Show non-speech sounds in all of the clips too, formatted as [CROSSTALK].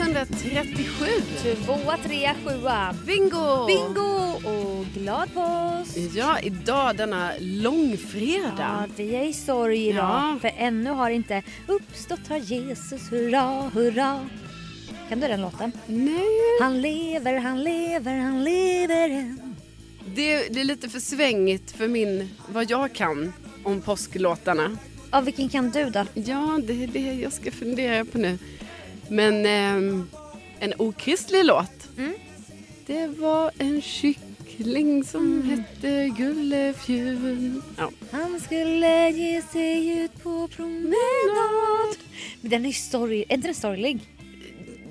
37. Tvåa, trea, sjua. Bingo! Bingo! Och glad påsk! Ja, idag denna långfredag. Ja, vi är i sorg idag. Ja. För ännu har inte uppstått har Jesus, hurra, hurra. Kan du den låten? Nej. Han lever, han lever, han lever än. Det, det är lite för svängigt för min, vad jag kan om påsklåtarna. Ja, vilken kan du då? Ja, det är det jag ska fundera på nu. Men ehm, en okristlig låt. Mm. Det var en kyckling som hette Gullefjun. Mm. Ja. Han skulle ge sig ut på promenad. Men den är ju sorg... Är inte den sorglig?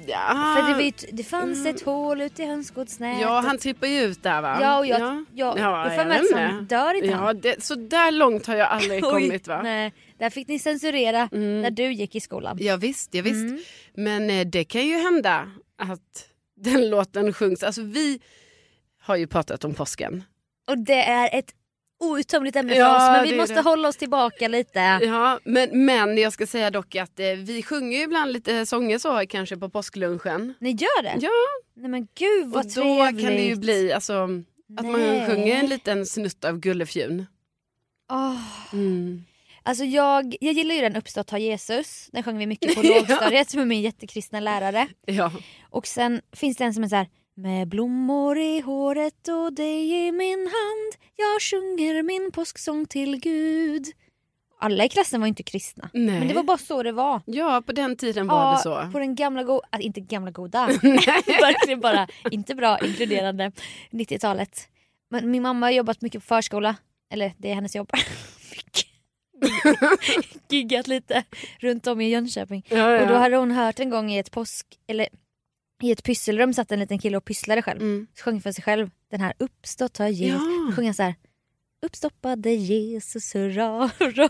Ja. För det, var ju ett, det fanns ett hål ute i hönsgårdsnätet. Ah. Mm. Ja, han trippar ju ut där va? Ja, och jag- jag- jag får mig vet att han inte. dör inte Ja, han. det, så där långt har jag [LAUGHS] aldrig Oj, kommit va? Mm. Nej, där fick ni censurera när du gick i skolan. Ja, visst, ja, visst. Mm. Men eh, det kan ju hända att [LAUGHS] den låten sjungs. Alltså vi har ju pratat om påsken. Och det är ett outtömligt ämne Ja, för oss men det vi är måste det. hålla oss tillbaka lite. Ja, men, men jag ska säga dock att eh, vi sjunger ju ibland lite sånger så kanske på påsklunchen. Ni gör det? Ja, Nej men gud och vad då trevligt. kan det ju bli alltså, att Nej. man sjunger en liten snutt av Gullefjun. Åh, Mm. Alltså jag, jag gillar ju den Uppstått har Jesus. Den sjöng vi mycket [LAUGHS] på lågstadiet med min jättekristna lärare. Ja. Och sen finns det en som är så här. Med blommor i håret och dig i min hand Jag sjunger min påsksång till Gud Alla i klassen var ju inte kristna. Nej. Men det var bara så det var. ja, på den tiden var det så. [LAUGHS] På den gamla goda, äh, inte gamla goda, [LAUGHS] verkligen bara inte bra inkluderande 90-talet. Men min mamma har jobbat mycket på förskola, eller det är hennes jobb. [LAUGHS] [LAUGHS] Giggat lite runt om i Jönköping. Ja, ja. Och då hade hon hört en gång i ett påsk, eller i ett pysselrum satt en liten kille och pysslade själv. Mm. Så sjöng för sig själv den här uppstått har Ja. Jesus. Då sjöng han så här. Uppstoppade Jesus, hurra, [LAUGHS] hurra.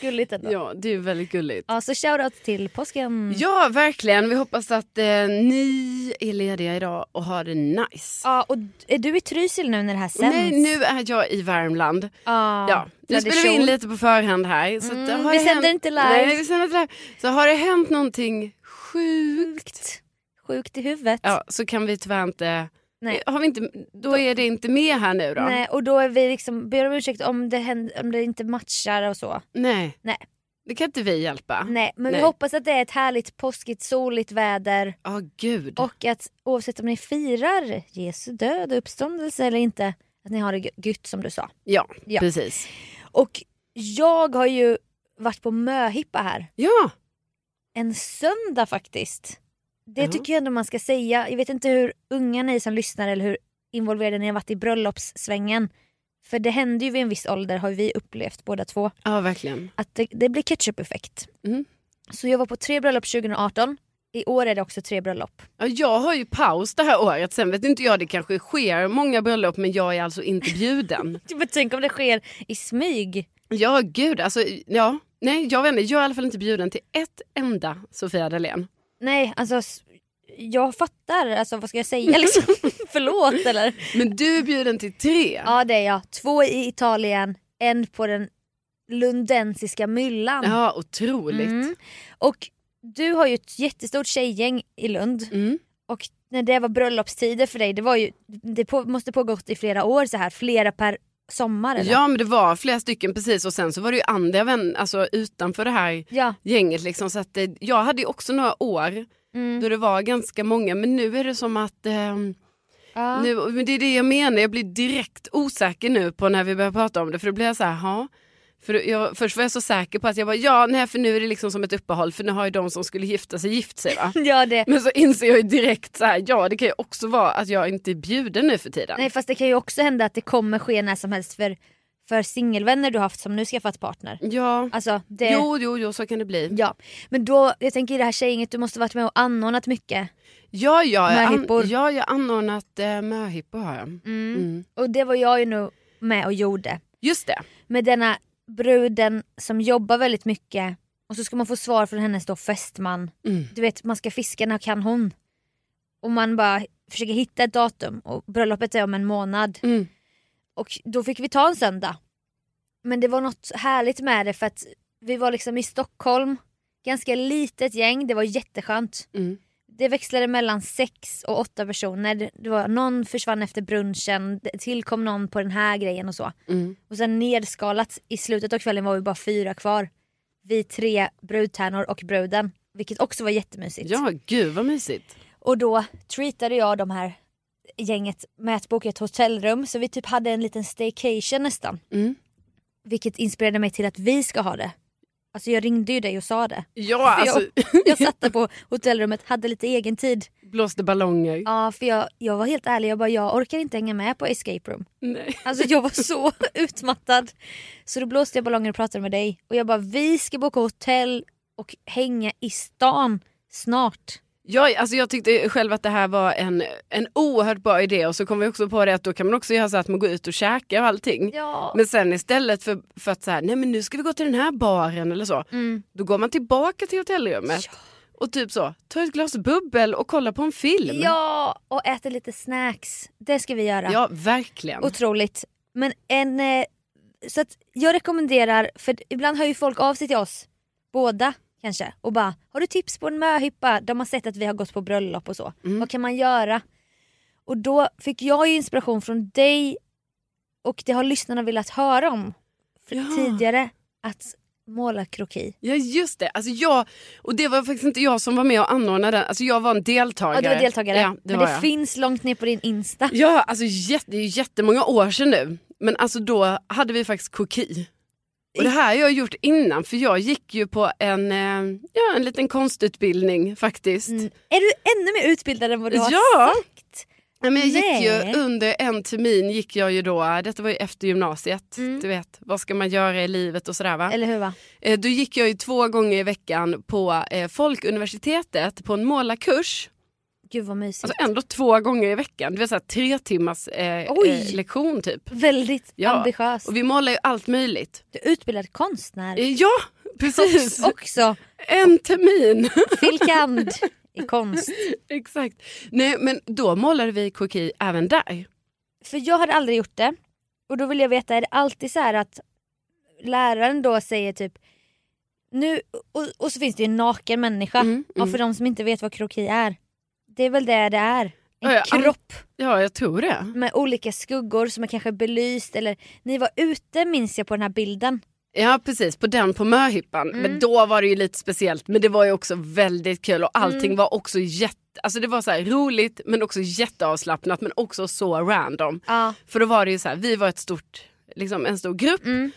Gulligt ändå. Ja. ja, det är ju väldigt gulligt. så shoutout till påsken. Ja, verkligen. Vi hoppas att eh, ni är lediga idag och har det nice. Ja, och d- är du i Trysil nu när det här sänds? Nej, nu är jag i Värmland. Ja, Ja, nu spelar vi in lite på förhand här. Så Mm, att vi det det sänder hänt- inte live. Nej, vi sänder inte live. Så har det hänt någonting sjukt, Sjukt. Sjukt i huvudet. ja, så kan vi tyvärr inte... Nej. Har vi inte... Då är det inte med här nu då. Nej, och då är vi liksom, ber om ursäkt om det, händer, om det inte matchar och så. Nej. Nej. Det kan inte vi hjälpa. Nej, men Nej. vi hoppas att det är ett härligt påskigt soligt väder Ja, gud. och att oavsett om ni firar Jesu död och uppståndelse eller inte, att ni har det gö- gött som du sa. Ja, Ja. precis. Och jag har ju varit på möhippa här. Ja, en söndag faktiskt. Det Ja. tycker jag ändå man ska säga. Jag vet inte hur unga ni är som lyssnar eller hur involverade ni har varit i bröllopssvängen. För det händer ju vid en viss ålder har vi upplevt båda två. ja verkligen. Att det, det blir ketchup-effekt. Mm. Så jag var på tre bröllop 2018. I år är det också tre bröllop. Ja, jag har ju paus det här året. Sen vet inte jag, det kanske sker många bröllop men jag är alltså inte bjuden. Men tänk om det sker i smyg. [LAUGHS] ja, gud. Alltså, ja. Nej, jag vet inte. Jag är i alla fall inte bjuden till ett enda Sofia Dalén. Nej, alltså s- jag fattar. Alltså vad ska jag [LAUGHS] säga liksom? [LAUGHS] Förlåt eller? Men du är bjuden till tre. Ja det är jag. Två i Italien, en på den lundensiska myllan. Ja, otroligt. Mm. Och du har ju ett jättestort tjejgäng i Lund Mm. och när det var bröllopstider för dig, det, var ju, det på, måste pågått i flera år så här, flera per sommar eller? Ja, men det var flera stycken precis och sen så var det ju andra vänner alltså, utanför det här ja. gänget. Liksom, så att, eh, jag hade ju också några år Mm. då det var ganska många men nu är det som att ehm, ja. Nu, men det är det jag menar, jag blir direkt osäker nu på när vi börjar prata om det. För då blir jag så här, "Ha?" för jag, Först var jag så säker på att jag bara, ja nej för nu är det liksom som ett uppehåll för nu har ju de som skulle gifta sig gift [LAUGHS] sig va. ja det. Men så inser jag ju direkt så här, ja det kan ju också vara att jag inte är bjuden nu för tiden. Nej fast det kan ju också hända att det kommer ske när som helst för, för singelvänner du haft som nu skaffat partner. Ja, Alltså det. jo jo jo så kan det bli. Ja. Men då, jag tänker i det här tjejgänget, du måste varit med och anordnat mycket. Ja, ja, jag, an, Möhippor. ja, jag har anordnat eh, möhippor har jag. Mm. Mm. Och det var jag ju nu med och gjorde. Just det. med denna bruden som jobbar väldigt mycket och så ska man få svar från hennes då fästman. Mm. Du vet man ska fiska när kan hon. Och man bara försöker hitta ett datum och bröllopet är om en månad. Mm. Och då fick vi ta en söndag. Men det var något härligt med det för att vi var liksom i Stockholm, ganska litet gäng, det var jätteskönt. Mm. det växlade mellan sex och åtta personer. Det var, någon försvann efter brunchen, det tillkom någon på den här grejen och så. Mm. Och sen nedskalat, i slutet av kvällen var vi bara fyra kvar. Vi tre brudtärnor och bruden. Vilket också var jättemysigt. Ja, gud vad mysigt. Och då treatade jag de här gänget med att boka ett hotellrum så vi typ hade en liten staycation nästan. Mm. Vilket inspirerade mig till att vi ska ha det. Alltså jag ringde ju dig och sa det. Ja, För jag- alltså Jag satt där på hotellrummet, hade lite egen tid. [LAUGHS] blåste ballonger. Ja för jag, jag var helt ärlig, jag bara jag orkar inte hänga med på escape room. Nej. Alltså jag var så [LAUGHS] utmattad. Så då blåste jag ballonger och pratade med dig och jag bara vi ska boka hotell och hänga i stan snart. Jag, alltså jag tyckte själv att det här var en, en oerhört bra idé och så kom vi också på det att då kan man också göra så att man går ut och käkar och allting. Ja. Men sen istället för, för att så här, nej men nu ska vi gå till den här baren eller så. Mm. Då går man tillbaka till hotellrummet och typ så, tar ett glas bubbel och kollar på en film. Ja, och äter lite snacks. Det ska vi göra. Ja, verkligen. Otroligt. Men en... eh, Så att jag rekommenderar, för ibland hör ju folk av sig till oss, båda kanske, och bara “har du tips på en möhippa?” De har sett att vi har gått på bröllop och så. Mm. Vad kan man göra? Och då fick jag ju inspiration från dig och det har lyssnarna velat höra om för Ja. tidigare, att måla kroki. Ja just det, alltså jag, och det var faktiskt inte jag som var med och anordnade den, alltså jag var en deltagare. Ja, du var deltagare. Ja, det Men var det jag. finns långt ner på din Insta. Ja, alltså jätte, det är ju jättemånga år sedan nu. Men alltså då hade vi faktiskt koki. Och det här har jag gjort innan för jag gick ju på en, eh, ja, en liten konstutbildning faktiskt. Mm. Är du ännu mer utbildad än vad du har Ja. sagt? Ja, men jag gick Nej. ju under en termin gick jag ju då, detta var ju efter gymnasiet, Mm. du vet vad ska man göra i livet och sådär va. Eller hur va? Eh, då gick jag ju två gånger i veckan på eh, Folkuniversitetet på en målarkurs. Gud vad mysigt. Alltså ändå två gånger i veckan, det var så här tre timmars eh, Oj. eh, lektion typ. Väldigt Ja. ambitiöst. Och vi målar ju allt möjligt. Du är utbildad konstnär. Eh, Ja, [LAUGHS] precis. Också En termin. [LAUGHS] filkand i konst. Exakt. Nej, men då målade vi koki även där. För jag hade aldrig gjort det. Och då vill jag veta, är det alltid så här att läraren då säger typ nu, och, och så finns det ju en naken människa. Mm, mm. Ja, för de som inte vet vad kroki är. Det är väl det det är. En Ja, ja, an- kropp Ja, jag tror det. med olika skuggor som är kanske belyst eller ni var ute minns jag på den här bilden. Ja, precis. På den på möhippan. Mm. Men då var det ju lite speciellt. Men det var ju också väldigt kul och allting Mm. var också jätte... Alltså det var så här roligt men också jätteavslappnat men också så random. Ja. För då var det ju så här, vi var ett stort, liksom en stor grupp Mm,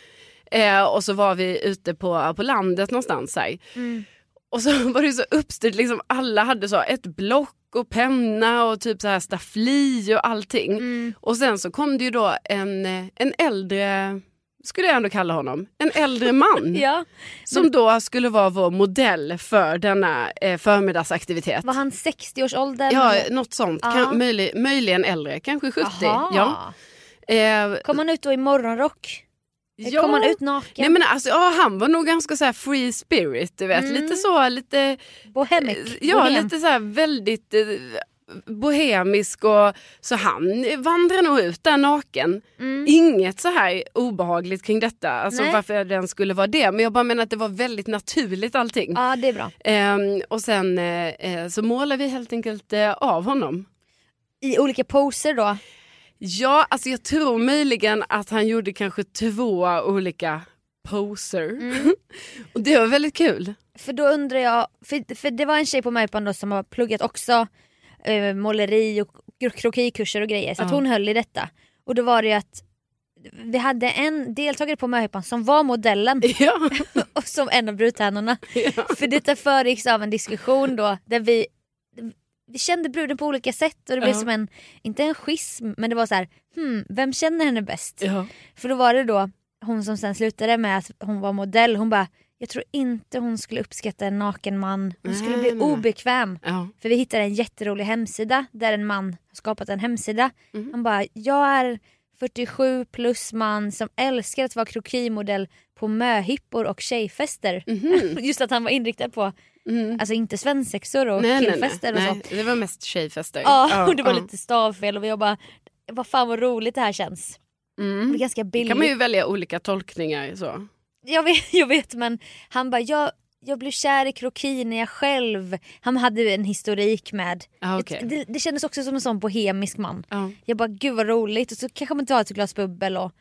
eh, och så var vi ute på, på landet någonstans så här. mm. Och så [LAUGHS] var det så uppstyrt, liksom alla hade så ett block och penna och typ så här staffli och allting. Mm. Och sen så kom det ju då en, eh, en äldre, skulle jag ändå kalla honom, en äldre man [LAUGHS] Ja. som då skulle vara vår modell för denna eh, förmiddagsaktivitet. Var han 60-årsåldern? Ja, något sånt. Ja. Kan, möjlig, möjligen äldre, kanske 70. Aha. Ja. Eh, Kom han ut då i morgonrock? ja. Kom han ut naken? Nej, men alltså, ja, han var nog ganska så här free spirit, du vet. Mm. Lite så, lite... Bohemic? eh, Ja, bohem. lite så här väldigt eh, bohemisk. Och, så han vandrar nog ut där naken. Mm. Inget så här obehagligt kring detta, alltså Nej. varför den skulle vara det. Men jag bara menar att det var väldigt naturligt allting. Ja, det är bra. Ehm, och sen eh, eh, så målar vi helt enkelt eh, av honom. I olika poser då? Ja, alltså jag tror möjligen att han gjorde kanske två olika poser. Mm. och det var väldigt kul. [LAUGHS] För då undrar jag, för, för det var en tjej på Möjpan då som har pluggat också eh, måleri och kro- krokikurser och grejer så att Ja. hon höll i detta. Och då var det ju att vi hade en deltagare på Möhippan som var modellen [LAUGHS] ja. och som en av [LAUGHS] brudtärnorna. För detta föregicks av en diskussion då där vi, vi kände bruden på olika sätt och det blev Ja. som en, inte en schism men det var så här, hmm, vem känner henne bäst? ja. För då var det då hon som sen slutade med att hon var modell, hon bara jag tror inte hon skulle uppskatta en naken man. Hon skulle Nej, bli nej, nej. obekväm. ja. För vi hittade en jätterolig hemsida där en man har skapat en hemsida. Mm. Han bara, jag är 47 plus man som älskar att vara krokimodell på möhippor och tjejfester. [LAUGHS] Mhm. Just att han var inriktad på, Mm. alltså inte svensexor och killfester och sånt. Det var mest tjejfester. Ja, [LAUGHS] och det var lite stavfel och jag bara, vad fan vad roligt det här känns. Det är Mm. ganska Det billigt. [LAUGHS] kan man ju välja olika tolkningar. Så. jag, vet, jag vet men han bara, jag, jag blev kär i kroki när jag själv, han hade ju en historik med. Ja, okej. Det, det kändes också som en sån bohemisk man. Ja. Jag bara gud vad roligt och så kanske man tar ett glas bubbel och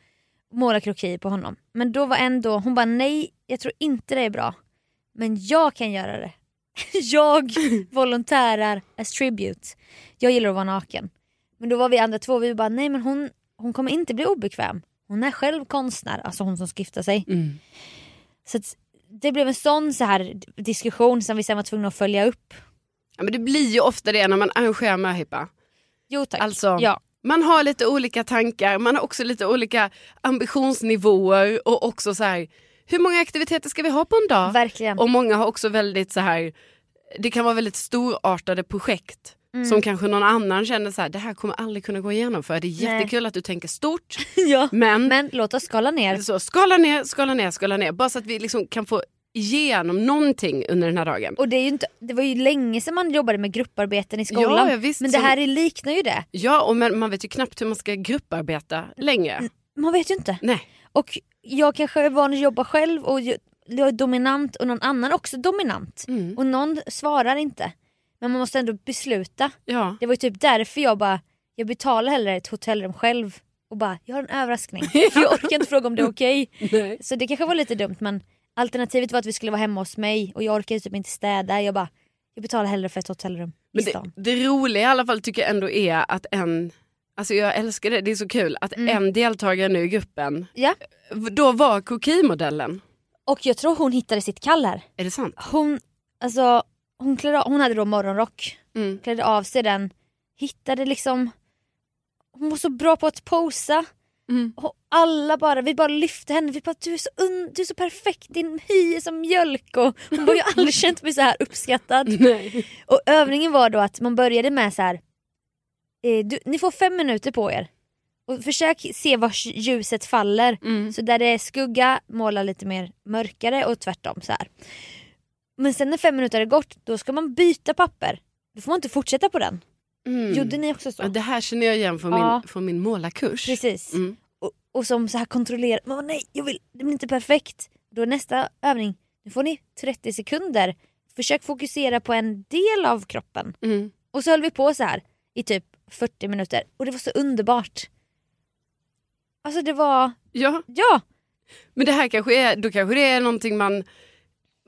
målar kroki på honom. Men då var en då, hon bara nej jag tror inte det är bra. Men jag kan göra det. [LAUGHS] Jag volontärar as tribute. Jag gillar att vara naken. Men då var vi andra två vi bara nej men hon, hon kommer inte bli obekväm. Hon är själv konstnär, alltså hon som ska gifta sig. Mm. Så att det blev en sån så här diskussion som vi sen var tvungna att följa upp. Ja, men det blir ju ofta det när man arrangerar möhippa. Jo tack. Alltså, ja. Man har lite olika tankar, man har också lite olika ambitionsnivåer och också så här, hur många aktiviteter ska vi ha på en dag? Verkligen. Och många har också väldigt så här, det kan vara väldigt storartade projekt Mm. som kanske någon annan känner så här, det här kommer aldrig kunna gå igenom för det är Nej. jättekul att du tänker stort, [LAUGHS] ja. men, Men låt oss skala ner. så skala ner, skala ner, skala ner, bara så att vi liksom kan få igenom någonting under den här dagen. Och det, är ju inte, det var ju länge sedan man jobbade med grupparbeten i skolan. Ja, visst, men det som- här är- liknar ju det. Ja, och man, man vet ju knappt hur man ska grupparbeta längre. Man vet ju inte. Nej. Och jag kanske är van att jobba själv och ju- jag är dominant och någon annan också är dominant. Mm. Och någon svarar inte. Men man måste ändå besluta. Ja. Det var ju typ därför jag bara, jag betalar hellre ett hotellrum själv och bara, jag har en [LAUGHS] överraskning. För jag orkar inte fråga om det är okej. Nej. Så det kanske var lite dumt men alternativet var att vi skulle vara hemma hos mig och jag orkade typ inte städa. Jag bara, jag betalar hellre för ett hotellrum i Men det, stan. det roliga i alla fall tycker jag ändå är att en, alltså jag älskar det, det är så kul att en deltagare nu i gruppen Mm. Ja. då var kokimodellen. Och jag tror hon hittade sitt kall här. Är det sant? Hon, alltså, hon, klädde, av- hon hade då morgonrock, Mm. klädde av sig den, hittade liksom... Hon var så bra på att posa. Mm. Och alla bara, vi bara lyfte henne, vi bara du är så, un, du är så perfekt, din hy är som mjölk. Och hon bara, jag har aldrig känt mig så här uppskattad. [LAUGHS] Nej. Och övningen var då att man började med så här. Eh, du, ni får fem minuter på er. Och försök se var ljuset faller. Mm. Så där det är skugga, måla lite mer mörkare och tvärtom så här. Men sen när fem minuter har gått, då ska man byta papper. Då får man inte fortsätta på den. Mm. Gjorde ni också så? Ja, det här känner jag igen från min, Ja. från min målarkurs. Precis. Mm. Och, och som så här kontrollerar, man bara, nej jag vill, det blir inte perfekt. Då är nästa övning, nu får ni 30 sekunder. Försök fokusera på en del av kroppen. Mm. Och så höll vi på så här i typ 40 minuter och det var så underbart. Alltså det var, Ja, ja, men det här kanske är, då kanske det är någonting man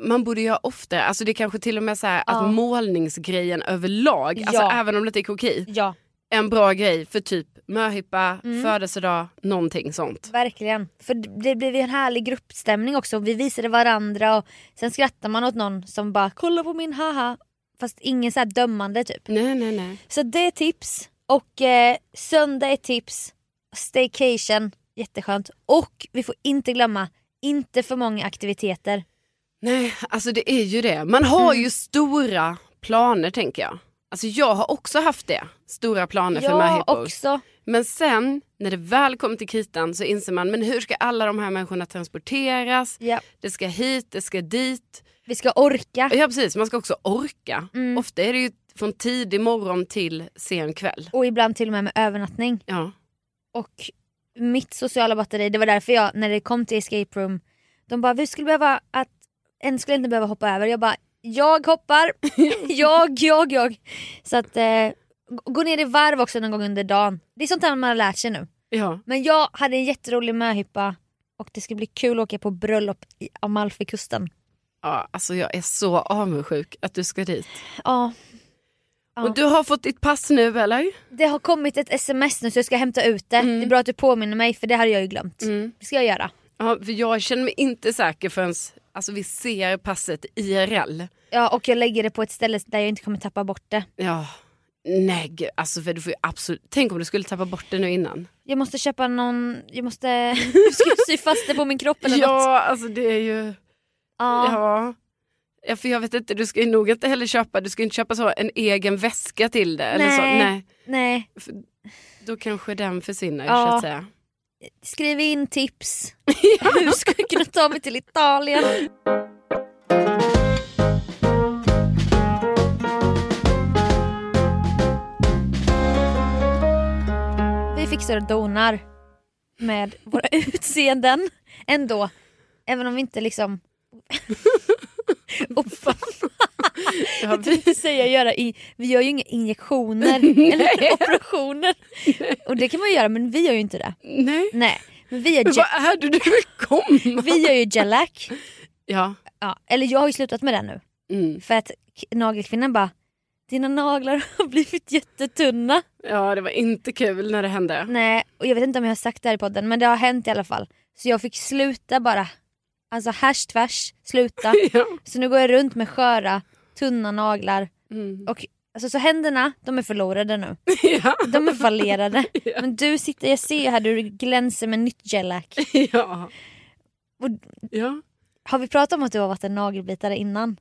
man borde göra oftare, alltså det är kanske till och med så här Ja. att målningsgrejen överlag, alltså Ja. även om det inte är koki, ja, en bra grej för typ möhippa, Mm. födelsedag, någonting sånt. verkligen. För det blev ju en härlig gruppstämning också. Vi visade varandra och sen skrattar man åt någon som bara kolla på min haha. Fast ingen så här dömande typ. Nej, nej, nej. Så det är tips. Och eh, söndag är tips. Staycation, jätteskönt. Och vi får inte glömma, inte för många aktiviteter. Nej, alltså det är ju det. Man har Mm. ju stora planer tänker jag. Alltså jag har också haft det, stora planer för Jag möhippor. också. Men sen när det väl kommer till kritan så inser man, men hur ska alla de här människorna transporteras? Ja. Det ska hit, det ska dit. Vi ska orka. Ja precis, man ska också orka. Mm. Ofta är det ju från tidig morgon till sen kväll. och ibland till och med med övernattning. Ja. Och mitt sociala batteri, det var därför jag när det kom till escape room, de bara vi skulle behöva att en skulle inte behöva hoppa över. Jag bara jag [LAUGHS] hoppar, jag, jag, jag. Så att eh, gå ner i varv också någon gång under dagen. Det är sånt här man har lärt sig nu. ja. Men jag hade en jätterolig möhippa och det ska bli kul att åka på bröllop i Amalfikusten. Ja, alltså jag är så avundsjuk att du ska dit. Ja, Ja. Och du har fått ditt pass nu eller? det har kommit ett sms nu så jag ska hämta ut det. Mm. Det är bra att du påminner mig för det hade jag ju glömt. Mm. Det ska jag göra. Ja, för jag känner mig inte säker förrän alltså, vi ser passet IRL. Ja, och jag lägger det på ett ställe där jag inte kommer tappa bort det. Ja, nej gud, alltså för du får ju absolut, tänk om du skulle tappa bort det nu innan. Jag måste köpa någon, jag måste jag ska sy fast det på min kropp eller något. Ja, alltså det är ju, Ja. ja. ja. För jag vet inte, du ska ju nog inte heller köpa, du ska ju inte köpa så en egen väska till det. Eller så. Nej. nej. Nej, Då kanske den försvinner Ja. så att säga. skriv in tips. Hur ska jag kunna ta mig till Italien? Vi fixar och donar med våra utseenden ändå. Även om vi inte liksom Och Ja, jag tänkte säga göra i, vi gör ju inga injektioner eller operationer. Och det kan man ju göra men vi gör ju inte det. [LAUGHS] Nej. Nej. Men vi gör, Men ge- vad är det du vill komma? vi gör ju gelack. Ja. Ja, eller jag har ju slutat med det nu. Mm. För att k- nagelkvinnan bara, dina naglar har blivit jättetunna. ja, det var inte kul när det hände. Nej, och jag vet inte om jag har sagt det här i podden men det har hänt i alla fall. Så jag fick sluta bara. Alltså hash tvärs, sluta. [LAUGHS] Ja. Så nu går jag runt med sköra, tunna naglar. Mm. Och alltså, så händerna, de är förlorade nu. Ja. De är fallerade. [LAUGHS] Ja. Men du sitter, jag ser ju här, du glänser med nytt gellack. Ja. Och- ja. Har vi pratat om att du har varit en nagelbitare innan?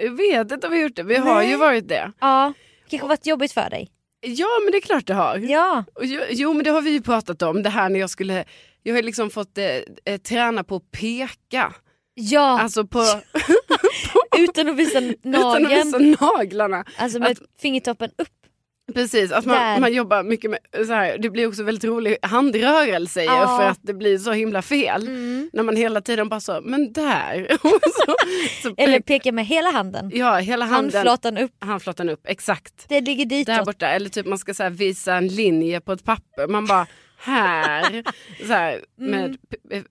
Jag vet inte om vi har gjort det, vi har ju Nej. varit det. Ja. Kanske varit jobbigt för dig? Ja, men det är klart det har. Ja. Och Jo, jo men det har vi ju pratat om, det här när jag skulle, jag har ju liksom fått eh, eh, träna på att peka. Ja, Alltså på, [LAUGHS] utan att visa [LAUGHS] utan att nageln. visa naglarna. Alltså med fingertoppen upp. Precis, att Där. man, man jobbar mycket med, så här, det blir också väldigt rolig handrörelse ju, Ja. Mm. för att det blir så himla fel. När man hela tiden bara så, men där. [LAUGHS] Och så, så Eller pek- peka med hela handen. ja, hela handen, Handflatan upp. handflatan upp, exakt. Det ligger Där ditåt. borta, eller typ man ska så här, visa en linje på ett papper. Man bara [LAUGHS] här, så här med p- eh,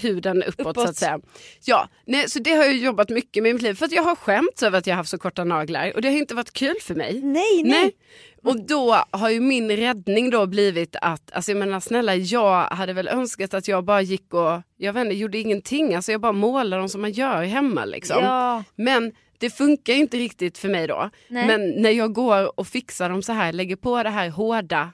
huden uppåt, så Mm. Uppåt. att säga. Ja, nej, så det har jag jobbat mycket med i mitt liv för att jag har skämts över att jag har haft så korta naglar och det har inte varit kul för mig. Nej, nej. Nej. Och då har ju min räddning då blivit att, alltså jag menar snälla jag hade väl önskat att jag bara gick och, jag vet inte, gjorde ingenting, alltså jag bara målade dem som man gör hemma liksom. Ja. Men det funkar ju inte riktigt för mig då. Nej. Men när jag går och fixar dem så här, lägger på det här hårda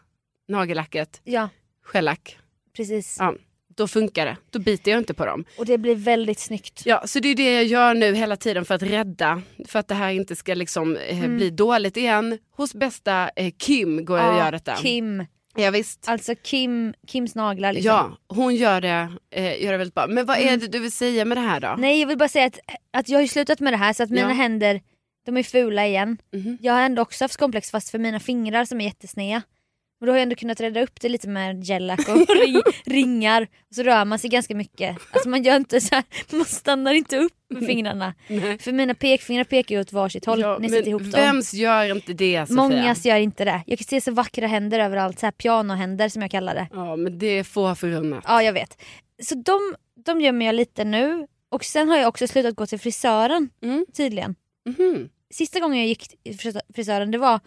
nagellacket, ja, gellack, precis. ja, då funkar det. Då biter jag inte på dem. Och det blir väldigt snyggt. Ja, så det är det jag gör nu hela tiden för att rädda, för att det här inte ska liksom, eh, Mm. bli dåligt igen. Hos bästa eh, Kim går jag och gör detta. Kim. Ja, visst. Alltså Kim, Kims naglar liksom. Mm. Ja, hon gör det, eh, gör det väldigt bra. Men vad är det du vill säga med det här då? Nej jag vill bara säga att, att jag har ju slutat med det här så att mina Ja. händer de är fula igen. Mhm. Jag har ändå också haft komplex fast för mina fingrar som är jättesnea. Men då har jag ändå kunnat rädda upp det lite med gellack och [LAUGHS] ring, ringar. Och så rör man sig ganska mycket. Alltså man gör inte så här, man stannar inte upp med fingrarna. Nej. För mina pekfingrar pekar ju åt varsitt håll. Ja, Ni men sitter ihop dem. vems gör inte det Sofia? Många gör inte det. Jag kan se så vackra händer överallt, så här pianohänder som jag kallar det. Ja, men det är få förunnat. Ja jag vet. Så de, de gömmer jag lite nu. Och sen har jag också slutat gå till frisören Mm. tydligen. Mhm. Sista gången jag gick till frisö- frisören det var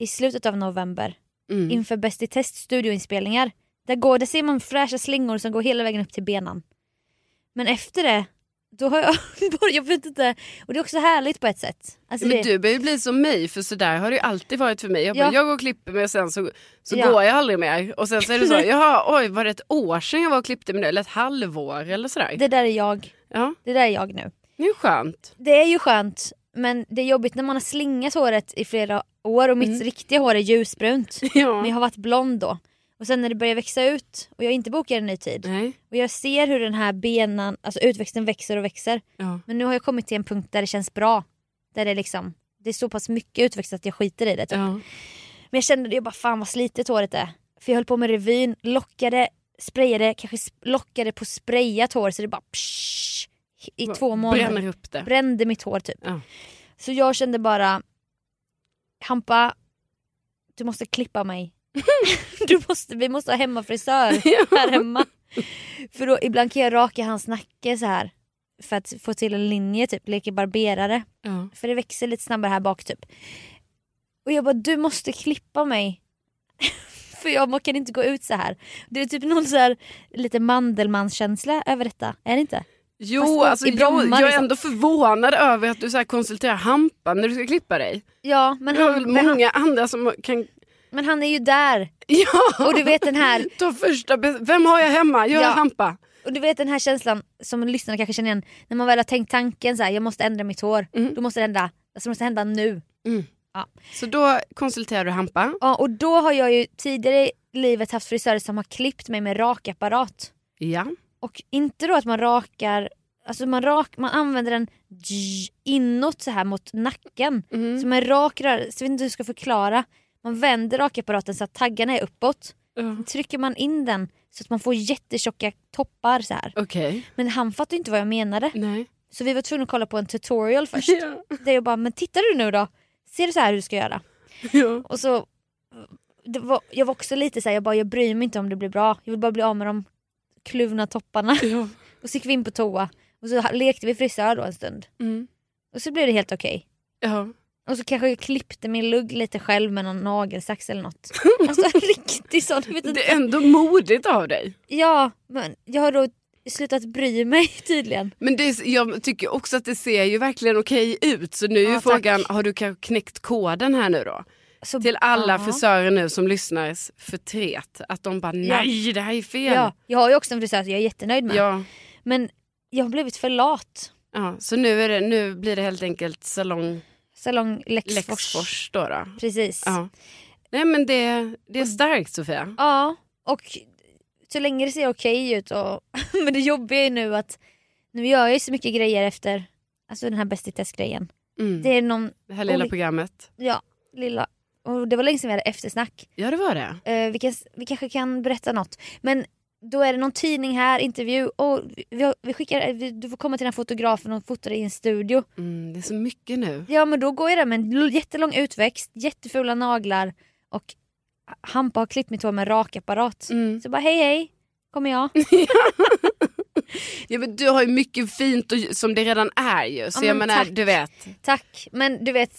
i slutet av november Mm. inför Bäst i test studioinspelningar. Där, går, där ser man fräscha slingor som går hela vägen upp till benen. Men efter det, då har jag [LAUGHS] bara, jag vet inte. Och det är också härligt på ett sätt. Alltså Men det, du börjar ju bli som mig, för sådär har det ju alltid varit för mig. Jag, bara, Ja. jag går och klipper mig och sen så, så Ja. går jag aldrig mer. Och sen så är [LAUGHS] det så, jaha, oj var det ett år sedan jag var och klippte mig nu? Eller ett halvår eller sådär. det där är jag. Ja, Det där är jag nu. det är ju skönt. Det är ju skönt men det är jobbigt när man har slingat håret i flera år och mitt Mm. riktiga hår är ljusbrunt. Men Ja. jag har varit blond då. Och sen när det börjar växa ut och jag inte bokar en ny tid. Nej. Och jag ser hur den här benan, alltså utväxten växer och växer. Ja. Men nu har jag kommit till en punkt där det känns bra. Där det liksom, det är så pass mycket utväxt att jag skiter i det. Typ. Ja. Men jag kände det, jag bara fan vad slitet håret är. För jag höll på med revyn, lockade, sprayade, kanske sp- lockade på sprayat hår så det bara psh, i två månader. Bränner upp det. Brände mitt hår typ. Ja. Så jag kände bara, Hampa, du måste klippa mig. du måste, vi måste ha hemmafrisör här hemma. För då ibland kan jag raka hans nacke så här för att få till en linje, typ leker barberare. Ja. För det växer lite snabbare här bak typ. Och jag bara, du måste klippa mig. [LAUGHS] för jag må- kan inte gå ut så här. Det är typ någon så här lite Mandelmann-känsla över detta, är det inte? Fast Jo, då- alltså, i Bromma, jag, jag är liksom. ändå förvånad över att du så här konsulterar Hampa när du ska klippa dig. Ja, men Det har han, väl men, han, många andra som kan... [LAUGHS] men han är ju där. Ja, Och du vet den här ta första bästa. Vem har jag hemma? Jag Ja. har Hampa. Och du vet den här känslan som lyssnarna kanske känner igen. När man väl har tänkt tanken så här, jag måste ändra mitt hår. Mm. Då måste det hända, alltså det måste hända nu. Så då konsulterar du Hampa. Ja, och då har jag ju tidigare i livet haft frisörer som har klippt mig med rakapparat. Ja. Och inte då att man rakar, alltså man, rak, man använder den dj- inåt så här mot nacken. Mm. Som en rak rörelse, jag vet inte hur jag ska förklara. Man vänder rakapparaten så att taggarna är uppåt. Ja. Trycker man in den så att man får jättetjocka toppar så här. Okej. Men han fattar ju inte vad jag menade. Nej. Så vi var tvungna att kolla på en tutorial [LAUGHS] först. Ja. Där jag bara, men tittar du nu då? Ser du så här hur du ska göra? Ja. Och så, det var, jag var också lite såhär, jag bara jag bryr mig inte om det blir bra. Jag vill bara bli av med de kluvna topparna. [LAUGHS] Ja. Och så gick vi in på toa och så ha- lekte vi frisör då en stund. Mm. Och så blev det helt okej. ja. Och så kanske jag klippte min lugg lite själv med någon nagelsax eller [LAUGHS] något. Alltså [LAUGHS] riktigt sån. jag Vet inte. Det är ändå modigt av dig. Ja, men jag har då slutat bry mig tydligen. Men det, är- jag tycker också att det ser ju verkligen okej ut. Så nu är Ja, ju tack. frågan, har du kanske knäckt koden här nu då? Så, Till alla Ja. frisörer nu som lyssnar förtret. Att de bara nej det här är fel. Ja, jag har ju också en frisör som jag är jättenöjd med. Ja. Men jag har blivit för lat. Ja, så nu, är det, nu blir det helt enkelt salong Salong Lexfors. Lexfors då. då. Precis. Ja. Nej men det, det är starkt Sofia. Ja, och så länge det ser okej ut. Och [LAUGHS] men det jobbiga är nu att nu gör jag ju så mycket grejer efter alltså den här Bäst i test-grejen. Mm. Det Det, är någon här lilla oli- programmet. ja, lilla... Och det var länge sedan vi hade eftersnack. Ja det var det. Eh, vi, kan, vi kanske kan berätta något. Men då är det någon tidning här, intervju. Och vi- vi, har- vi skickar, vi, du får komma till den här fotografen och fota dig i en studio. Mm, det är så mycket nu. Ja men då går jag där med en l- jättelång utväxt, jättefula naglar och Hampa har klippt mitt hår med rakapparat. Mm. Så bara hej hej, kommer jag. Ja, men du har ju mycket fint och, som det redan är ju. Så Ja, jag men menar tack. du vet. Tack, men du vet.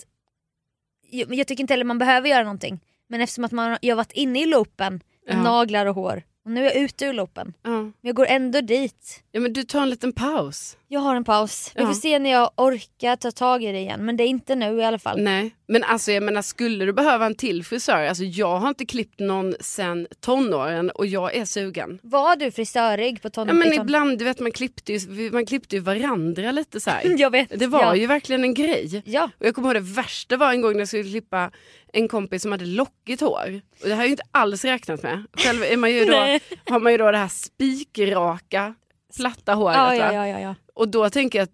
Jag, jag tycker inte heller man behöver göra någonting. Men eftersom att man, jag har varit inne i loopen med Ja. naglar och hår. Och nu är jag ute ur loopen. Ja. Men jag går ändå dit. ja men du tar en liten paus. Jag har en paus. Vi Ja. får se när jag orkar ta tag i det igen. Men det är inte nu i alla fall. Nej, men alltså jag menar skulle du behöva en till frisör? Alltså jag har inte klippt någon sen tonåren och jag är sugen. Var du frisörig på ton- Ja men i ton- ibland, du vet man klippte ju, man klippte ju varandra lite så här. Jag vet. Det var ja. ju verkligen en grej. Ja. Och jag kommer ihåg det värsta var en gång när jag skulle klippa en kompis som hade lockigt hår. Och det har jag ju inte alls räknat med. Själv är man ju [LAUGHS] då, Nej. har man ju då det här spikraka, platta håret. Ja, va? ja, ja, ja, ja. Och då tänker jag att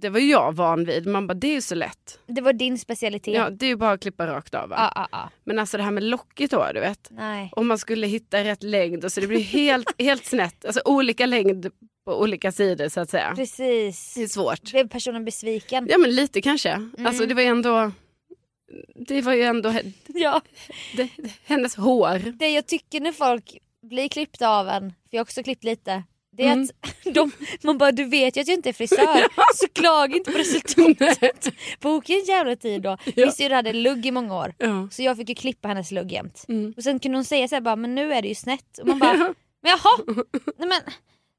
det var jag van vid. Man bara det är ju så lätt. Det var din specialitet. Ja, det är ju bara att klippa rakt av. Va? Ah, ah, ah. Men alltså det här med lockigt hår du vet. Nej. Om man skulle hitta rätt längd. Så det blir helt, helt snett. Alltså olika längd på olika sidor så att säga. Precis. Det är svårt. Blev personen besviken? Ja men lite kanske. Alltså det var ju ändå, det var ju ändå he- [LAUGHS] Ja. det, det, hennes hår. Det jag tycker när folk blir klippta av en, för jag har också klippt lite, det är Mm. att [LAUGHS] de, man bara du vet ju att jag inte är [LAUGHS] frisör så klaga inte på resultatet. Boka en jävla tid då. Ja. Min syrra hade lugg i många år Ja. så jag fick ju klippa hennes lugg jämt. Mm. Och sen kunde hon säga så här, bara, men nu är det ju snett och man bara men [LAUGHS] jaha, nej men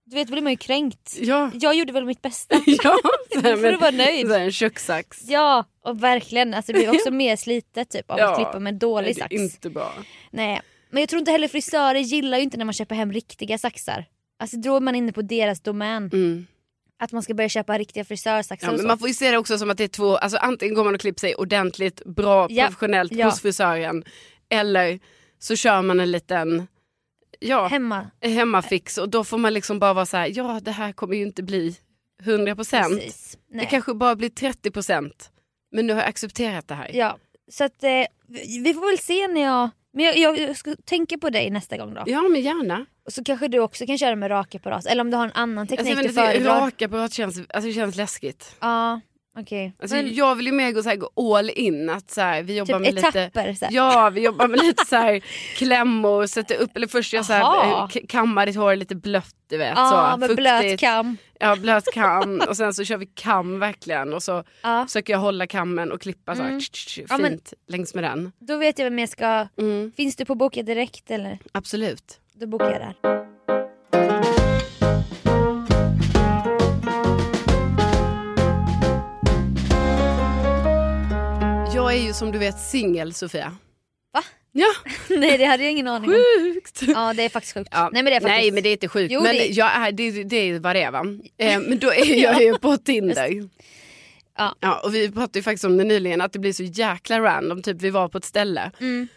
du vet då blir man ju kränkt. Ja. [LAUGHS] Jag gjorde väl mitt bästa. ja. Så här, Nu får du vara nöjd. så här, en tjocksax. Ja och verkligen alltså det blir [LAUGHS] också mer slitet typ av Ja. att klippa med en Nej, dålig det är sax. inte bra. Nej, men jag tror inte heller frisörer gillar ju inte när man köper hem riktiga saxar. Alltså då är man inne på deras domän. Mm. Att man ska börja köpa riktiga frisörsaxar Ja, och men så. man får ju se det också som att det är två, alltså antingen går man och klipper sig ordentligt, bra, Ja. professionellt Ja. hos frisören. Eller så kör man en liten, ja, Hemma. hemmafix och då får man liksom bara vara så här, ja det här kommer ju inte bli 100 procent. Precis. Det Nej. kanske bara blir 30 procent. Men nu har jag accepterat det här. Ja. Så att eh, vi vi får väl se när jag... Men jag, jag, jag ska tänka på dig nästa gång då. Ja, men gärna. Och så kanske du också kan köra med rakapparat. Eller om du har en annan Alltså, teknik jag du vet, inte, föredrar. rakapparat känns, alltså, det känns läskigt. Ja, okej. Alltså, Men Jag vill ju mer gå, så här, gå all in. Att, så här, vi jobbar typ med lite... etapper. Så här. Ja, vi jobbar med lite så här, klämmor, sätter upp, eller först jag så här, Aha. eh, k- kammar ditt hår lite blött, du vet. Ja, så, med fuktigt. blöt kam. Ja, blöt kam. och sen så kör vi kam verkligen och så Ja. försöker jag hålla kammen och klippa så här, Mm. tsch, tsch, tsch, Ja, men- fint längs med den. Då vet jag vem jag ska... Mm, Finns du på Boka Direkt eller? absolut. Då bokar jag [LAUGHS] där. Jag är ju som du vet singel, Sofia. Va? Ja, Nej det hade jag ingen aning om. sjukt. Ja det är faktiskt sjukt. Ja. Nej men det är faktiskt... Nej men det är inte sjukt. Jo, men det- Jag är, det, det är vad det är va. Eh, men då är jag ju på Tinder. Ja. Ja, och vi pratade ju faktiskt om det nyligen att det blir så jäkla random. Typ vi var på ett ställe. Mm.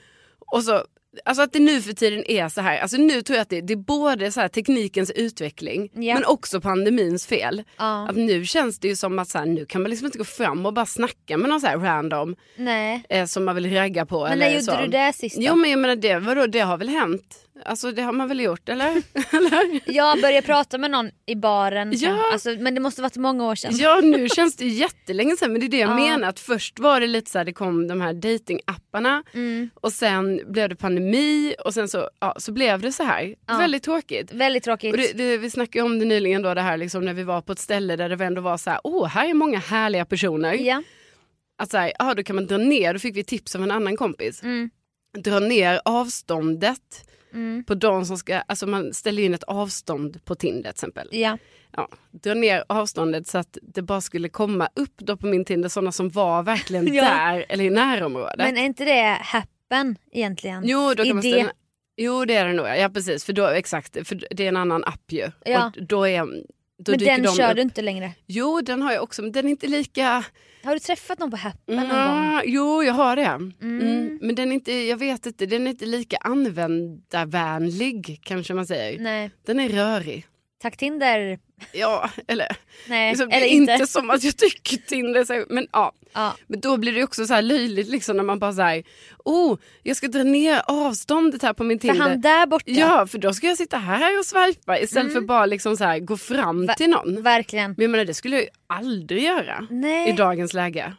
Och så, alltså att det nu för tiden är så här. Alltså nu tror jag att det, det är både så här teknikens utveckling Ja. men också pandemins fel. Ja. Att nu känns det ju som att så här, nu kan man liksom inte gå fram och bara snacka med någon så här random Nej. eh, som man vill ragga på. Men eller när gjorde så. du det sist då? Jo men jag menar det, vadå, det har väl hänt? Alltså det har man väl [LAUGHS] gjort eller? eller? Jag började prata med någon i baren, Ja. kanske. alltså, men det måste varit många år sedan. Ja nu känns det ju jättelänge sedan men det är det jag Ja. menar. Att först var det lite så här, det kom de här datingapparna Mm. och sen blev det pandemi och sen så, ja, så blev det så här. Ja. Väldigt tråkigt. Väldigt tråkigt. Och det, det, vi snackade ju om det nyligen då det här liksom när vi var på ett ställe där det ändå var så här, åh här är många härliga personer. Ja. Att så här, ja då kan man dra ner, då fick vi tips av en annan kompis. Mm. Dra ner avståndet Mm. på de som ska, alltså man ställer in ett avstånd på Tinder till exempel. Ja. Ja, dra ner avståndet så att det bara skulle komma upp då på min Tinder sådana som var [LAUGHS] verkligen Ja. där eller i närområdet. Men är inte det happen egentligen? Jo, då I kan man det- ställa... Jo det är det nog, ja Ja, precis. För då, exakt, för det är en annan app ju. Ja. Och då är, då men dyker den de kör upp. du inte längre. Jo den har jag också men den är inte lika... Har du träffat någon på happen någon gång? Mm, jo jag har det. Mm. Mm. Men den är inte, jag vet inte, den är inte lika användarvänlig kanske man säger. Nej. Den är rörig. Tack Tinder. Ja, eller, Nej, liksom, eller inte. inte. som att jag tycker Tinder, är så- men ja. Ja. Men då blir det också så här löjligt liksom när man bara säger, oh, jag ska dra ner avståndet här på min För Tinder. han där borta, Ja, för då ska jag sitta här och swipa istället för bara liksom så här, gå fram Mm. Va- till någon. verkligen. Men jag menar, det skulle jag ju aldrig göra Nej. i dagens läge.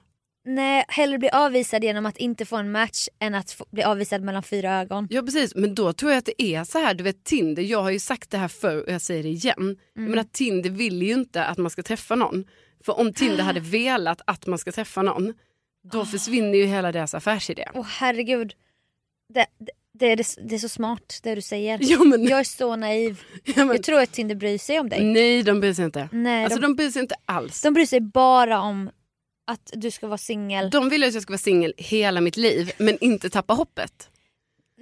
Nej, hellre bli avvisad genom att inte få en match än att få, bli avvisad mellan fyra ögon. Ja, precis. Men då tror jag att det är så här, du vet Tinder, jag har ju sagt det här förr och jag säger det igen. Mm. Jag menar, Tinder vill ju inte att man ska träffa någon. För om [GASPS] Tinder hade velat att man ska träffa någon, Ah. då försvinner ju hela deras affärsidé. Åh herregud. Det, det, det, är, det, det är så smart det du säger. Ja, men, Jag är så naiv. ja, men, Jag tror att Tinder bryr sig om dig. nej, de bryr sig inte. Nej, Mm. Alltså de, de bryr sig inte alls. de bryr sig bara om att du ska vara singel. De vill ju att jag ska vara singel hela mitt liv, men inte tappa hoppet.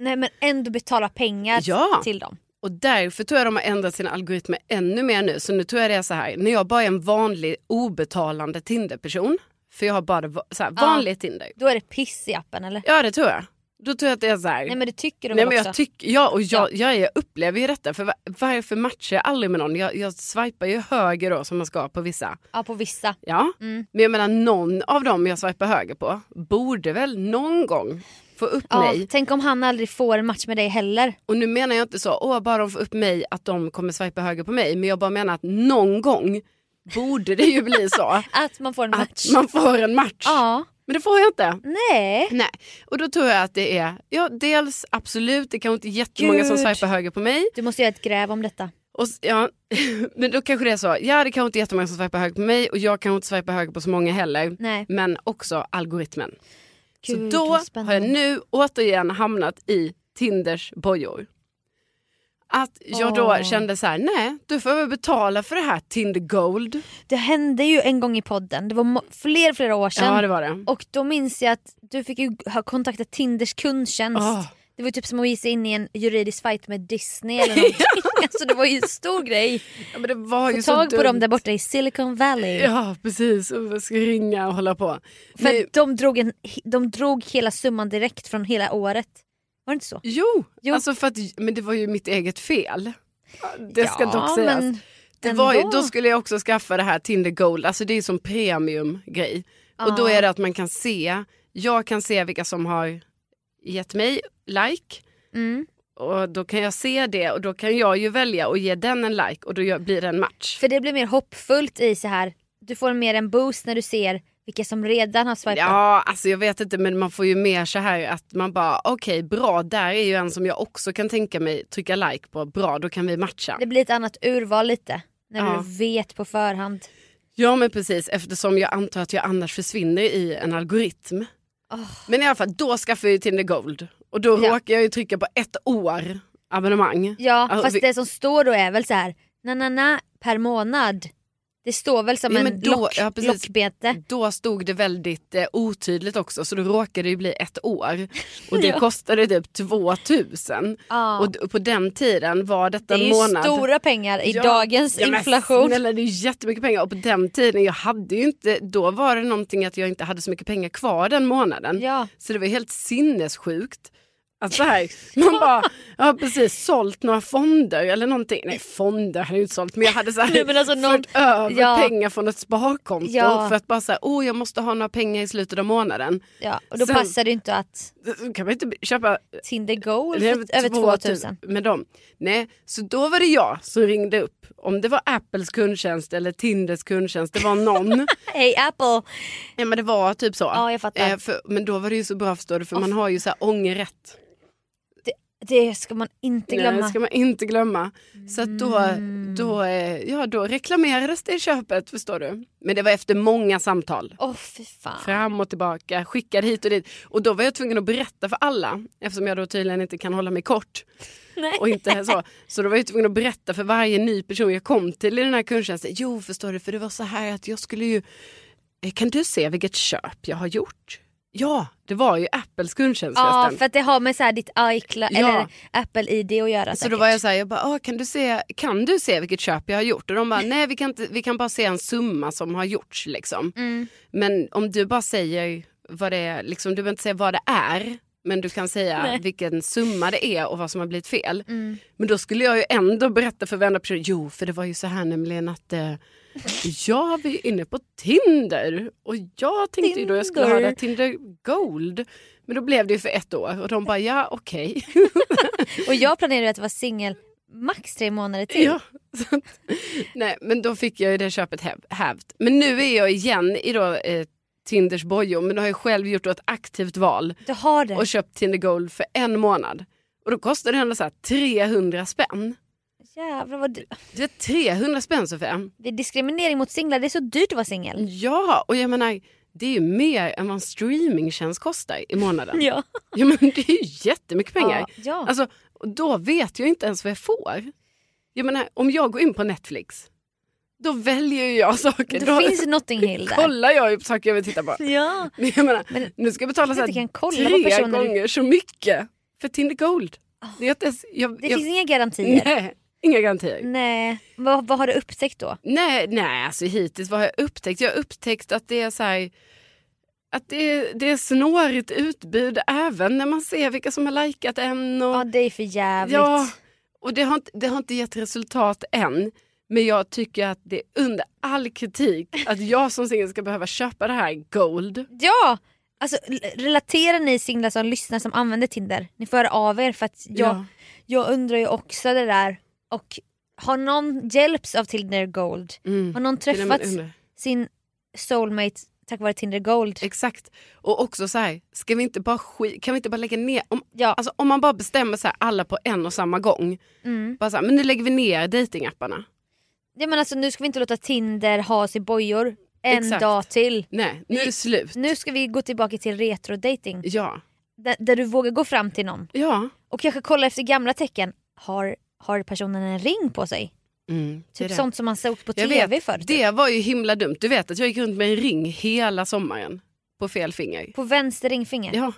Nej men ändå betala pengar Ja. till dem. Och därför tror jag de har ändrat sina algoritmer ännu mer nu. Så nu tror jag det är så här, när jag bara är en vanlig obetalande Tinder-person, för jag har bara va- så här, Ja. vanlig Tinder. Då är det piss i appen eller? Ja det tror jag. Då tror jag att det är så här. Nej men det tycker de Nej, väl men jag också? tycker, ja och jag, jag, jag upplever ju detta. För va- varför matchar jag aldrig med någon? Jag, jag swipar ju höger då som man ska på vissa. ja på vissa. Ja. Mm. Men jag menar någon av dem jag swipar höger på borde väl någon gång få upp Ja, mig. tänk om han aldrig får en match med dig heller. Och nu menar jag inte så, åh bara de får upp mig att de kommer swipa höger på mig. Men jag bara menar att någon gång borde det ju bli [LAUGHS] så Att man får en att match. man får en match. Ja, Men det får jag inte. nej. Nej, och då tror jag att det är, ja dels absolut, det kanske inte är jättemånga som Gud. swipar höger på mig. Du måste göra ett gräv om detta. Och, s- ja, [LAUGHS] men då kanske det är så, ja det kanske inte är jättemånga som swipar höger på mig och jag kanske inte swipar höger på så många heller. Nej. Men också algoritmen. Gud, så då vad har jag spännande. nu återigen hamnat i Tinders bojor. Att jag då Åh. kände så här, nej du får väl betala för det här Tinder Gold. Det hände ju en gång i podden, det var må- fler flera år sedan. Ja det var det. Och då minns jag att du fick ju ha kontaktat Tinders kundtjänst. Åh. Det var ju typ som att ge sig in i en juridisk fight med Disney eller [LAUGHS] någonting. alltså det var ju en stor grej. Ja, men det var Få ju så tag på dumt. dem där borta i Silicon Valley. Ja precis, och jag ska ringa och hålla på. För Nej, att de drog, en, de drog hela summan direkt från hela året. Var det inte så? jo, Jo. Alltså för att, men det var ju mitt eget fel. Det ska ja, dock sägas. Men Det var ju, ändå. då skulle jag också skaffa det här Tinder Gold, alltså det är ju som premiumgrej. Och då Ja. är det att man kan se, jag kan se vilka som har gett mig like Mm. och då kan jag se det och då kan jag ju välja att ge den en like och då gör- blir det en match. För det blir mer hoppfullt i så här. du får mer en boost när du ser vilka som redan har swipat. Ja, alltså jag vet inte men man får ju mer så här att man bara okej bra, där är ju en som jag också kan tänka mig trycka like på, bra då kan vi matcha. Det blir ett annat urval lite. När Ja. du vet på förhand. Ja men precis eftersom jag antar att jag annars försvinner i en algoritm. Åh. Men i alla fall då skaffar jag ju Tinder Gold och då Ja. råkar jag ju trycka på ett år abonnemang. Ja Ja, fast Alltså, vi- det som står då är väl så här na na na per månad. Det står väl som Ja, men en då- lock, ja, precis. lockbete. Då stod det väldigt eh, otydligt också så då råkade det ju bli ett år och [LAUGHS] det Ja. kostade typ 2000 Ja. och d- på den tiden var det detta är ju en månad. stora pengar i Ja, dagens Ja, men inflation. Snälla, det är ju jättemycket pengar och på den tiden jag hade ju inte, då var det någonting att jag inte hade så mycket pengar kvar den månaden. Ja. Så det var helt sinnessjukt. [LAUGHS] Alltså här, man bara, jag har precis sålt några fonder eller någonting. Nej fonder hade jag inte sålt men jag hade så här, [LAUGHS] Nej, men alltså någon- fört över Ja. pengar från ett sparkonto Ja. för att bara säga, oh jag måste ha några pengar i slutet av månaden. Ja, och då Sen- passar det ju inte att Då Kan man inte köpa Tinder Gold det är för över 2000. med dem? Nej, så då var det jag som ringde upp. Om det var Apples kundtjänst eller Tinders kundtjänst, det var någon. [LAUGHS] Hej Apple! ja men det var typ så. Ja, jag fattar. Eh, för, men då var det ju så bra förstår du för man har ju så här ångerrätt. Det ska man inte glömma. Mm. Nej, det ska man inte glömma. Så att då, då, eh, ja, då reklamerades det i köpet, förstår du. Men det var efter många samtal. Åh fy fan. Fram och tillbaka, skickade hit och dit. Och då var jag tvungen att berätta för alla, eftersom jag då tydligen inte kan hålla mig kort. Nej. Och [LAUGHS] inte så. så då var jag tvungen att berätta för varje ny person jag kom till i den här kundtjänsten. Jo, förstår du, för det var så här att jag skulle ju... Eh, Kan du se vilket köp jag har gjort? Ja, det var ju Apples kundtjänst Ja, förresten. för att det har med så här ditt iCloud Ja. eller Apple-id att göra Så då säkert. var jag så här, jag bara, ah, kan, du se, kan du se vilket köp jag har gjort? Och de bara, nej vi kan, inte, vi kan bara se en summa som har gjorts. Liksom. Mm. Men om du bara säger vad det är, liksom, du behöver inte säga vad det är, men du kan säga Nej. vilken summa det är och vad som har blivit fel. Mm. Men då skulle jag ju ändå berätta för varenda person, jo för det var ju så här nämligen att eh, jag var ju inne på Tinder och jag tänkte ju då jag skulle ha det här Tinder Gold. Men då blev det ju för ett år och de bara, ja okej. Och jag planerar ju att vara singel max tre månader till. [LAUGHS] Ja, så att, nej, men då fick jag ju det köpet häv, hävt. Men nu är jag igen i då, eh, Tinders bojor, men då har jag själv gjort då ett aktivt val Du har det. och köpt Tinder Gold för en månad. Och då kostar det ändå så här 300 spänn. Jävlar vad du... Det är 300 spänn Sofia. Det är diskriminering mot singlar, det är så dyrt att vara singel. Ja, och jag menar det är ju mer än vad en streamingtjänst kostar i månaden. [LAUGHS] Ja. Ja, men det är ju jättemycket pengar. Ja, ja. Alltså, och då vet jag inte ens vad jag får. Jag menar, om jag går in på Netflix, då väljer ju jag saker. det Då finns Notting Hill där. kollar jag ju på saker jag vill titta på. Ja. Men [LAUGHS] jag menar, Men nu ska jag betala så kanske inte här, kan kolla på tre personer. gånger så mycket för Tinder Gold. Ah. Det, Mm. är inte ens, jag, Det jag, [LAUGHS] finns inga garantier. nej, inga garantier. Nej. Vad, vad har du upptäckt då? Nej, nej, alltså hittills vad har jag upptäckt? Jag har upptäckt att det är så här, att det är, det är snårigt utbud även när man ser vilka som har likat en. Och, Ja det är för jävligt. Ja, och det har, inte, det har inte gett resultat än. Men jag tycker att det är under all kritik att jag som singel ska behöva köpa det här gold. Ja! Alltså l- relaterar ni singlar som lyssnar som använder Tinder? Ni får höra av er för att jag, Ja. jag undrar ju också det där och har någon hjälps av Tinder Gold? Mm. Har någon Det är det man träffat undrar. sin soulmate tack vare Tinder Gold? Exakt. Och också så här, ska vi inte bara skit, kan vi inte bara lägga ner, om, Ja. alltså, om man bara bestämmer så här, alla på en och samma gång. Mm. Bara så här, men nu lägger vi ner datingapparna. ja men alltså nu ska vi inte låta Tinder ha sig bojor en Exakt. dag till. Nej, nu är det slut. Nu ska vi gå tillbaka till retro dating Ja. där, där du vågar gå fram till någon Ja. och kanske kolla efter gamla tecken. Har, har personen en ring på sig? Mm, det är Typ det. sånt som man såg på Jag tv vet, förr. typ. Det var ju himla dumt. Du vet att jag gick runt med en ring hela sommaren på fel finger. På vänster ringfinger? [LAUGHS] Ja.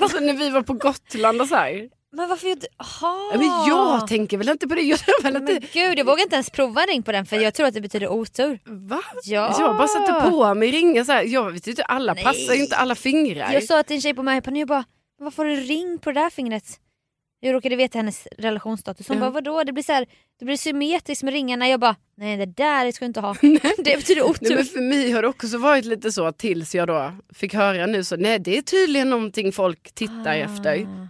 Alltså, när vi var på Gotland och så här. Men varför gjorde... Aha. Ja, Men jag tänker väl inte på det. Jag [LAUGHS] gör väl Men inte... gud, jag vågar inte ens prova en ring på den för jag tror att det betyder otur. Va? Ja. Jag bara satte på mig ringen. Så här. Jag vet ju inte, alla Nej. passar ju inte alla fingrar. Jag sa till en tjej på Möhippan och jag bara, varför har du en ring på det där fingret? Jag råkade veta hennes relationsstatus. Hon Ja. bara, vadå? Det blir, så här, det blir symmetriskt med ringarna. Jag bara, nej det där ska du inte ha. [LAUGHS] det betyder [LAUGHS] Nej, otur. men för mig har det också varit lite så tills jag då fick höra nu så nej det är tydligen någonting folk tittar efter. Ah.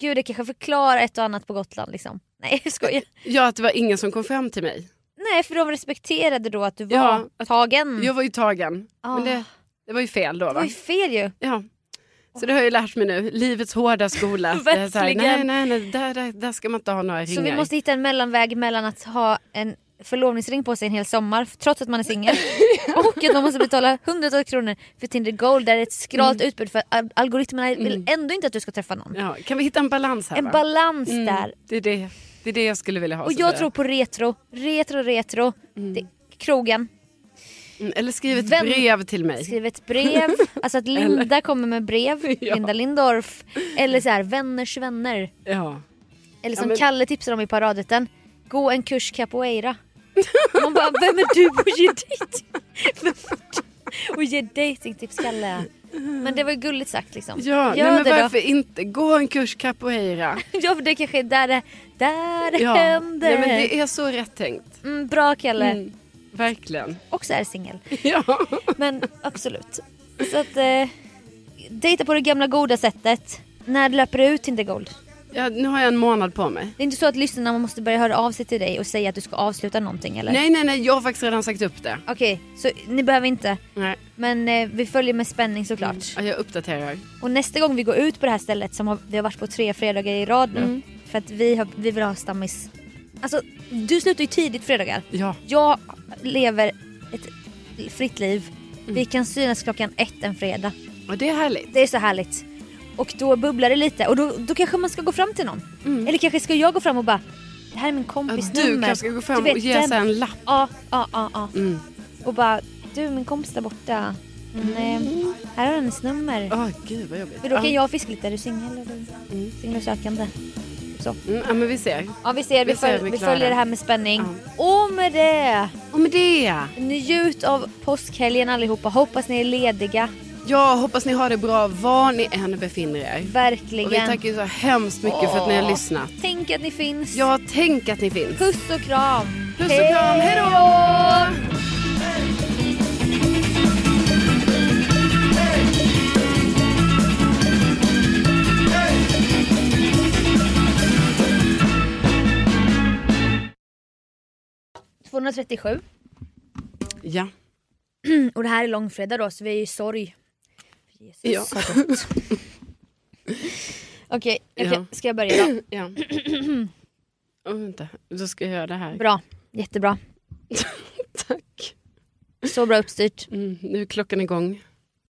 Gud, det kanske förklarar ett och annat på Gotland liksom. Nej, jag [LAUGHS] skojar. Ja att det var ingen som kom fram till mig. Nej, för de respekterade då att du var Ja, att- tagen. Jag var ju tagen. Mm. Ah. Men det, det var ju fel då det var va? ju fel ju. Ja. Så det har jag ju lärt mig nu, livets [LAUGHS] hårda skola. Att det är så här, nej Verkligen. nej nej där, där, där ska man inte ha några ringar. Så vi måste hitta en mellanväg mellan att ha en förlovningsring på sig en hel sommar trots att man är [LAUGHS] singel och att man måste betala hundratals kronor för Tinder Gold där det är ett skralt utbud för al- algoritmerna vill ändå inte att du ska träffa någon. Mm. Ja, kan vi hitta en balans här En va? balans Mm, där. Det är det, det är det jag skulle vilja ha. Och Sofia. jag tror på retro, retro, retro. Det, krogen, Mm, Eller skriv ett Vem- brev till mig. skriv ett [LAUGHS] brev, alltså att Linda kommer med brev, Ja. Linda Lindorff. Eller så här, vänners vänner. Ja. Eller Ja, som men- Kalle tipsade om i paradrätten. Gå en kurs capoeira. Man [LAUGHS] bara, vem är du och ger dejting? och ger dejtingtips Kalle. Men det var ju gulligt sagt liksom. Ja, Gör nej, men det då. varför inte? Gå en kurs capoeira. Ja för det kanske är där det, där det Ja. händer. Nej, men det är så rätt tänkt. mm, bra kille. Mm, verkligen. Också är singel. [LAUGHS] Ja. Men absolut. Så att eh, dejta på det gamla goda sättet. När det löper ut Tinder Gold. ja, nu har jag en månad på mig. Det är inte så att lyssnarna måste börja höra av sig till dig och säga att du ska avsluta någonting eller? Nej, nej, nej, jag har faktiskt redan sagt upp det. Okej, så ni behöver inte. Nej. Men eh, vi följer med spänning såklart. Ja, jag uppdaterar. Och nästa gång vi går ut på det här stället som har, vi har varit på tre fredagar i rad nu. Mm. För att vi, har, vi vill ha stammis. Alltså du slutar ju tidigt fredagar. Ja, Jag lever ett fritt liv. Mm. Vi kan synas klockan ett en fredag. och det är härligt. Det är så härligt. Och då bubblar det lite och då, då kanske man ska gå fram till någon. Eller kanske ska jag gå fram och bara det här är min Mm. Ja, kompis du nummer. kanske ska gå fram Du vet, och ge den- sig en lapp. Ja, ja, ja, ja. Mm. Och bara du min kompis där borta. Hon, eh, här har du hennes nummer. Åh, gud vad jobbigt. För då kan ja. jag fiska lite. Är du singel eller Mm. singelsökande? Så. Mm, ja, men vi ser. Ja vi ser, vi, Vi ser, föl- vi vi klarar. följer det här med spänning. Och med det, Och med det. njut av påskhelgen allihopa. Hoppas ni är lediga. Jag hoppas ni har det bra var ni än befinner er. Och vi Verkligen. tackar ju så hemskt mycket för att ni har lyssnat. Tänk att ni finns. Ja, tänk att ni finns. Puss och kram. Puss och kram, hej då! Hej! 237. Ja. Mm, Och det här är långfredag då så vi är ju i sorg. Jesus Ja. så gott. Okej, okej, Ja. ska jag börja då? ja. [CLEARS THROAT] Oh, vänta, då ska jag göra det här. [CLEARS THROAT] Bra, jättebra. Tack. Så bra uppstyrt. Mm, nu är klockan igång.